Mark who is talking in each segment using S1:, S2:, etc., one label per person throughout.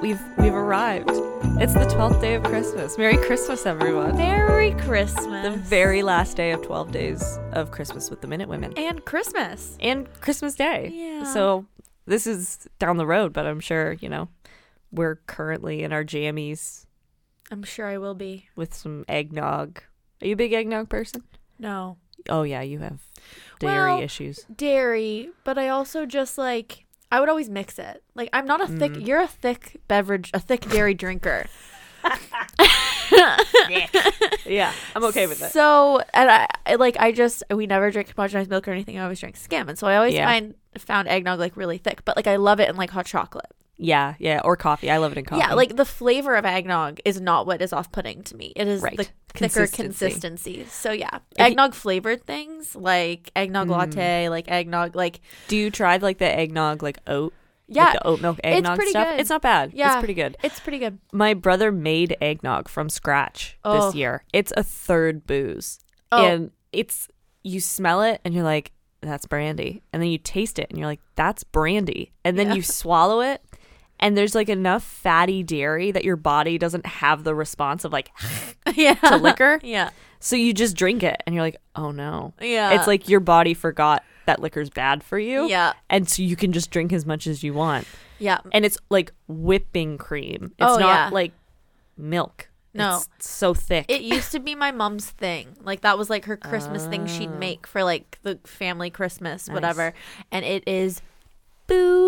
S1: we've we've arrived. It's the twelfth day of Christmas. Merry Christmas, everyone.
S2: Merry Christmas.
S1: The very last day of twelve days of Christmas with the Minute Women
S2: and Christmas.
S1: and Christmas Day.
S2: Yeah.
S1: So this is down the road, but I'm sure you know we're currently in our jammies
S2: I'm sure I will be.
S1: with some eggnog. Are you a big eggnog person?
S2: No.
S1: Oh yeah, you have dairy
S2: Well,
S1: issues.
S2: Dairy, but I also just like I would always mix it. Like I'm not a thick you're a thick beverage a thick dairy drinker.
S1: Yeah, I'm okay with that.
S2: So and I, I like I just we never drink homogenized milk or anything. I always drink skim. And so I always
S1: Yeah.
S2: find found eggnog like really thick. But like I love it in like hot chocolate.
S1: yeah, yeah, or coffee. I love it in coffee.
S2: Yeah, like the flavor of eggnog is not what is off putting to me. It is
S1: Right.
S2: the thicker
S1: Consistency.
S2: consistency. So yeah.
S1: you- Hmm.
S2: Eggnog flavored things like eggnog latte, like eggnog like
S1: do you try like the eggnog like oat?
S2: yeah,
S1: like the oat milk eggnog
S2: pretty
S1: stuff.
S2: good.
S1: It's not bad.
S2: Yeah.
S1: it's pretty good.
S2: it's pretty good.
S1: My brother made eggnog from scratch
S2: Oh.
S1: this year. It's a third booze,
S2: Oh.
S1: and it's you smell it and you're like, "That's brandy," and then you taste it and you're like, "That's brandy," and then
S2: Yeah.
S1: you swallow it. And there's like enough fatty dairy that your body doesn't have the response of like
S2: Oh, yeah.
S1: to liquor.
S2: Yeah.
S1: So you just drink it and you're like, oh no.
S2: Yeah.
S1: It's like your body forgot that liquor's bad for you.
S2: Uh, Yeah.
S1: And so you can just drink as much as you want.
S2: Yeah.
S1: And it's like whipping cream. It's
S2: Oh,
S1: not
S2: yeah.
S1: like milk.
S2: No.
S1: It's so thick.
S2: It used to be my mom's thing. Like that was like her Christmas thing she'd make for like the family Christmas, whatever. And it is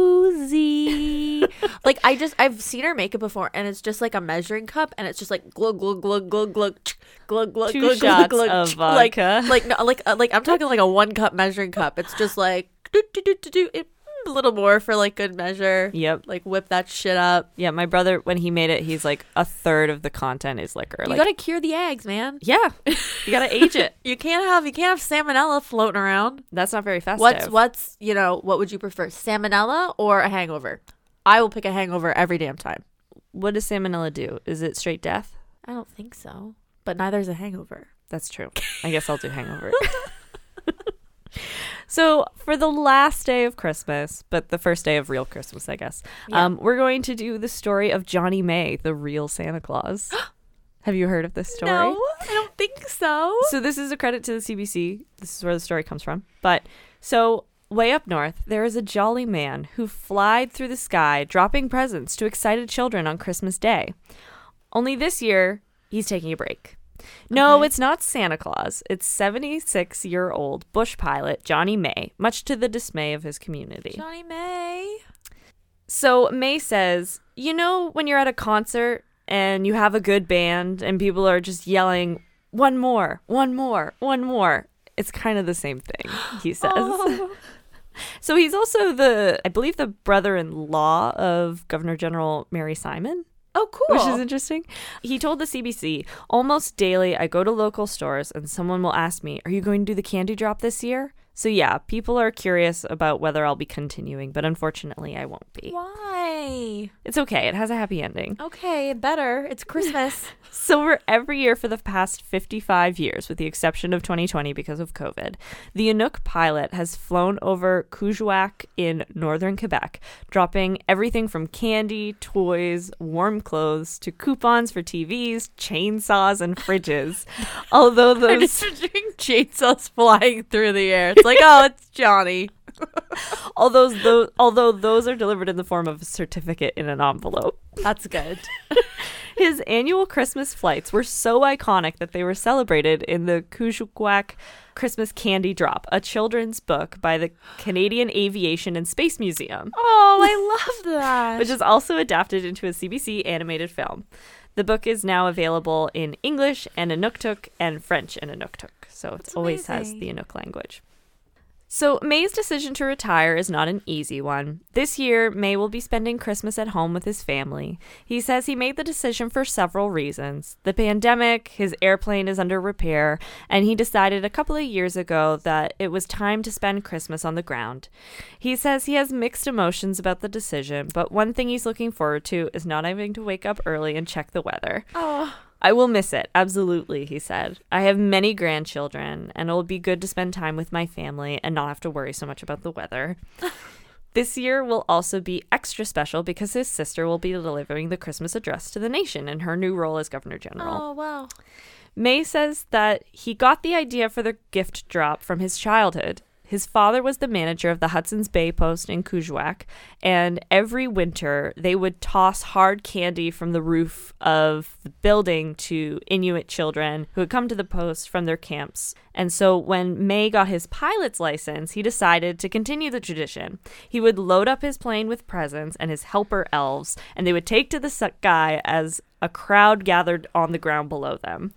S2: boozy. like I just I've seen her make it before and it's just like a measuring cup and it's just like glug glug glug glug glug tsk, glug glug
S1: Two
S2: glug
S1: shots
S2: glug glug
S1: of
S2: tsk, like-
S1: vodka.
S2: Like no like uh, like I'm talking like a one cup measuring cup. It's just like do do do do do it- mm, a little more for like good measure.
S1: Yep.
S2: Like whip that shit up.
S1: yeah, my brother when he made it, he's like a third of the content is liquor.
S2: You
S1: like
S2: gotta cure the eggs, man.
S1: Yeah. you gotta age it.
S2: You can't have you can't have salmonella floating around.
S1: That's not very festive.
S2: What's what's you know what would you prefer, salmonella or a hangover? I will pick a hangover every damn time.
S1: what does salmonella do? Is it straight death?
S2: I don't think so, but neither is a hangover.
S1: That's true. I guess I'll do hangover. so, for the last day of Christmas, but the first day of real Christmas, I guess,
S2: Yeah.
S1: um, we're going to do the story of Johnny May, the real Santa Claus. Have you heard of this story?
S2: I don't think so.
S1: So, this is a credit to the CBC. This is where the story comes from. But so, way up north, there is a jolly man who flied through the sky, dropping presents to excited children on Christmas Day. Only this year, he's taking a break. No, it's not Santa Claus. It's 76 year old bush pilot Johnny May, much to the dismay of his community.
S2: Johnny May.
S1: So May says, You know, when you're at a concert and you have a good band and people are just yelling, one more, one more, one more. It's kind of the same thing, he says.
S2: Oh.
S1: So he's also the, I believe, the brother in law of Governor General Mary Simon
S2: Oh, cool.
S1: which is interesting. He told the CBC, "Almost daily, I go to local stores and someone will ask me, "Are you going to do the candy drop this year?" So yeah, people are curious about whether I'll be continuing, but unfortunately, I won't be.
S2: Why?
S1: It's okay. It has a happy ending.
S2: Okay, better. It's Christmas.
S1: So we're every year for the past 55 years, with the exception of 2020 because of COVID, the Inuk pilot has flown over Kuujjuaq in northern Quebec, dropping everything from candy, toys, warm clothes to coupons for TVs, chainsaws, and fridges. Although
S2: I'm
S1: those
S2: just picturing chainsaws flying through the air. It's like, oh, it's Johnny.
S1: although those although those are delivered in the form of a certificate in an envelope.
S2: That's good.
S1: His annual Christmas flights were so iconic that they were celebrated in the Kujukwak Christmas Candy Drop, a children's book by the Canadian Aviation and Space Museum,
S2: Oh, I love that.
S1: which is also adapted into a CBC animated film. The book is now available in English and Inuktitut and French and Inuktitut, so it always has
S2: amazing.
S1: the Inuk language. So, May's decision to retire is not an easy one. This year, May will be spending Christmas at home with his family. He says he made the decision for several reasons the pandemic, his airplane is under repair, and he decided a couple of years ago that it was time to spend Christmas on the ground. He says he has mixed emotions about the decision, but one thing he's looking forward to is not having to wake up early and check the weather.
S2: oh,
S1: I will miss it, absolutely, he said. I have many grandchildren, and it'll be good to spend time with my family and not have to worry so much about the weather. This year will also be extra special because his sister will be delivering the Christmas address to the nation in her new role as Governor General.
S2: Oh, wow.
S1: May says that he got the idea for the gift drop from his childhood. His father was the manager of the Hudson's Bay Post in Kujawak, and every winter they would toss hard candy from the roof of the building to Inuit children who had come to the post from their camps. And so when May got his pilot's license, he decided to continue the tradition. He would load up his plane with presents and his helper elves, and they would take to the sky as a crowd gathered on the ground below them.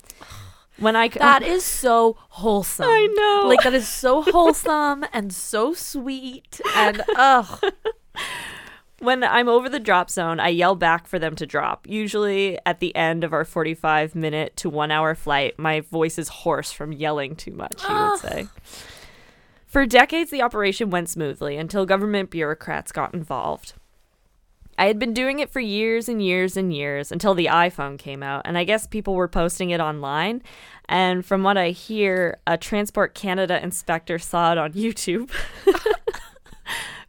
S1: When I c-
S2: That is so wholesome.
S1: I know.
S2: Like that is so wholesome and so sweet and ugh.
S1: When I'm over the drop zone, I yell back for them to drop. Usually at the end of our 45 minute to one hour flight, my voice is hoarse from yelling too much, he would say. For decades, the operation went smoothly until government bureaucrats got involved. I had been doing it for years and years and years until the iPhone came out, and I guess people were posting it online. And from what I hear, a Transport Canada inspector saw it on YouTube.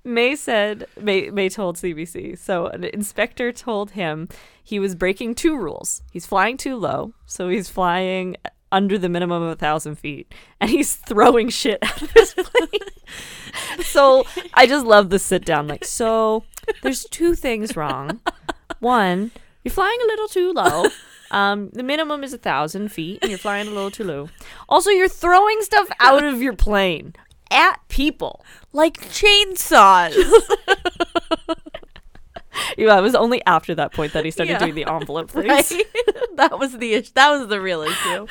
S1: May said, May, May told CBC, so an inspector told him he was breaking two rules. He's flying too low, so he's flying under the minimum of a thousand feet, and he's throwing shit out of his plane. so I just love the sit down. Like, so there's two things wrong. One, you're flying a little too low. Um, the minimum is a thousand feet, and you're flying a little too low. Also, you're throwing stuff out of your plane at people.
S2: Like chainsaws.
S1: Yeah, it was only after that point that he started
S2: Yeah.
S1: doing the envelope things.
S2: Right? that was the issue. That was the real issue.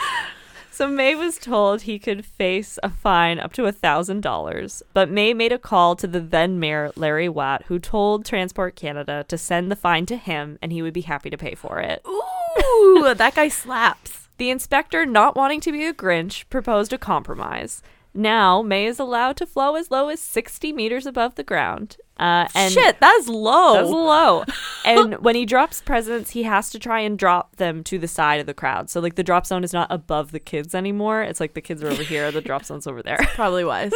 S1: So May was told he could face a fine up to thousand dollars, but May made a call to the then mayor Larry Watt, who told Transport Canada to send the fine to him, and he would be happy to pay for it.
S2: Ooh, that guy slaps.
S1: The inspector, not wanting to be a Grinch, proposed a compromise. Now May is allowed to flow as low as sixty meters above the ground, uh, and
S2: Shit, that is low.
S1: That's low. and when he drops presents, he has to try and drop them to the side of the crowd. So like the drop zone is not above the kids anymore. It's like the kids are over here, the drop zone's over there.
S2: Probably wise.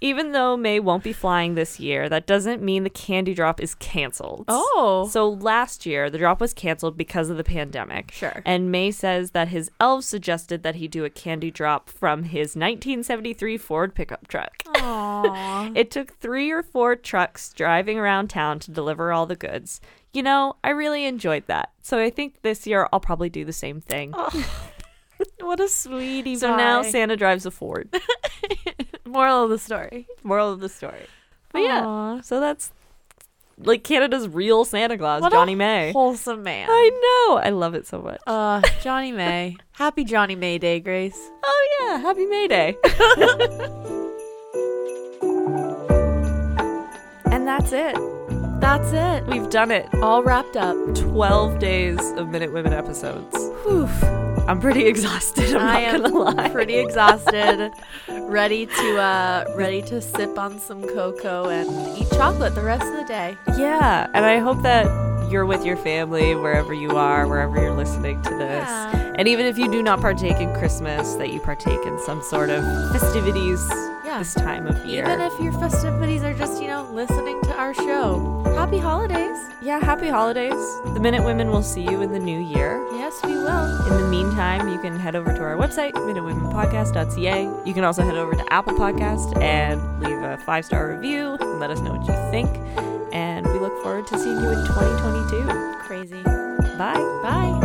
S1: Even though May won't be flying this year, that doesn't mean the candy drop is canceled.
S2: Oh.
S1: So last year, the drop was canceled because of the pandemic.
S2: Sure.
S1: And May says that his elves suggested that he do a candy drop from his 1973 Ford pickup truck.
S2: Aww.
S1: It took three or four trucks driving around town to deliver all the goods. You know, I really enjoyed that. So I think this year I'll probably do the same thing.
S2: Oh, what a sweetie.
S1: so now
S2: pie.
S1: Santa drives a Ford.
S2: moral of the story.
S1: Moral of the story. But yeah,
S2: Aw.
S1: so that's like Canada's real Santa Claus,
S2: What a
S1: Johnny May.
S2: Wholesome man.
S1: I know. I love it so much.
S2: Uh, Johnny May. Happy Johnny May Day, Grace.
S1: oh yeah, happy May Day. and that's it.
S2: That's it.
S1: We've done it.
S2: All wrapped up.
S1: 12 days of Minute Women episodes.
S2: Whew.
S1: I'm pretty exhausted. I'm
S2: I
S1: not gonna
S2: am
S1: lie.
S2: pretty exhausted. ready to uh, ready to sip on some cocoa and eat chocolate the rest of the day.
S1: Yeah, and I hope that you're with your family wherever you are, wherever you're listening to this.
S2: Yeah.
S1: And even if you do not partake in Christmas, that you partake in some sort of festivities
S2: Yeah.
S1: this time of year.
S2: Even if your festivities are just you know listening to our show. Happy holidays.
S1: yeah, happy holidays. The Minute Women will see you in the new year.
S2: Yes, we will.
S1: In the meantime, you can head over to our website, minutewomenpodcast.ca. You can also head over to Apple Podcast and leave a five star review and let us know what you think. And we look forward to seeing you in 2022.
S2: Crazy.
S1: Bye.
S2: Bye.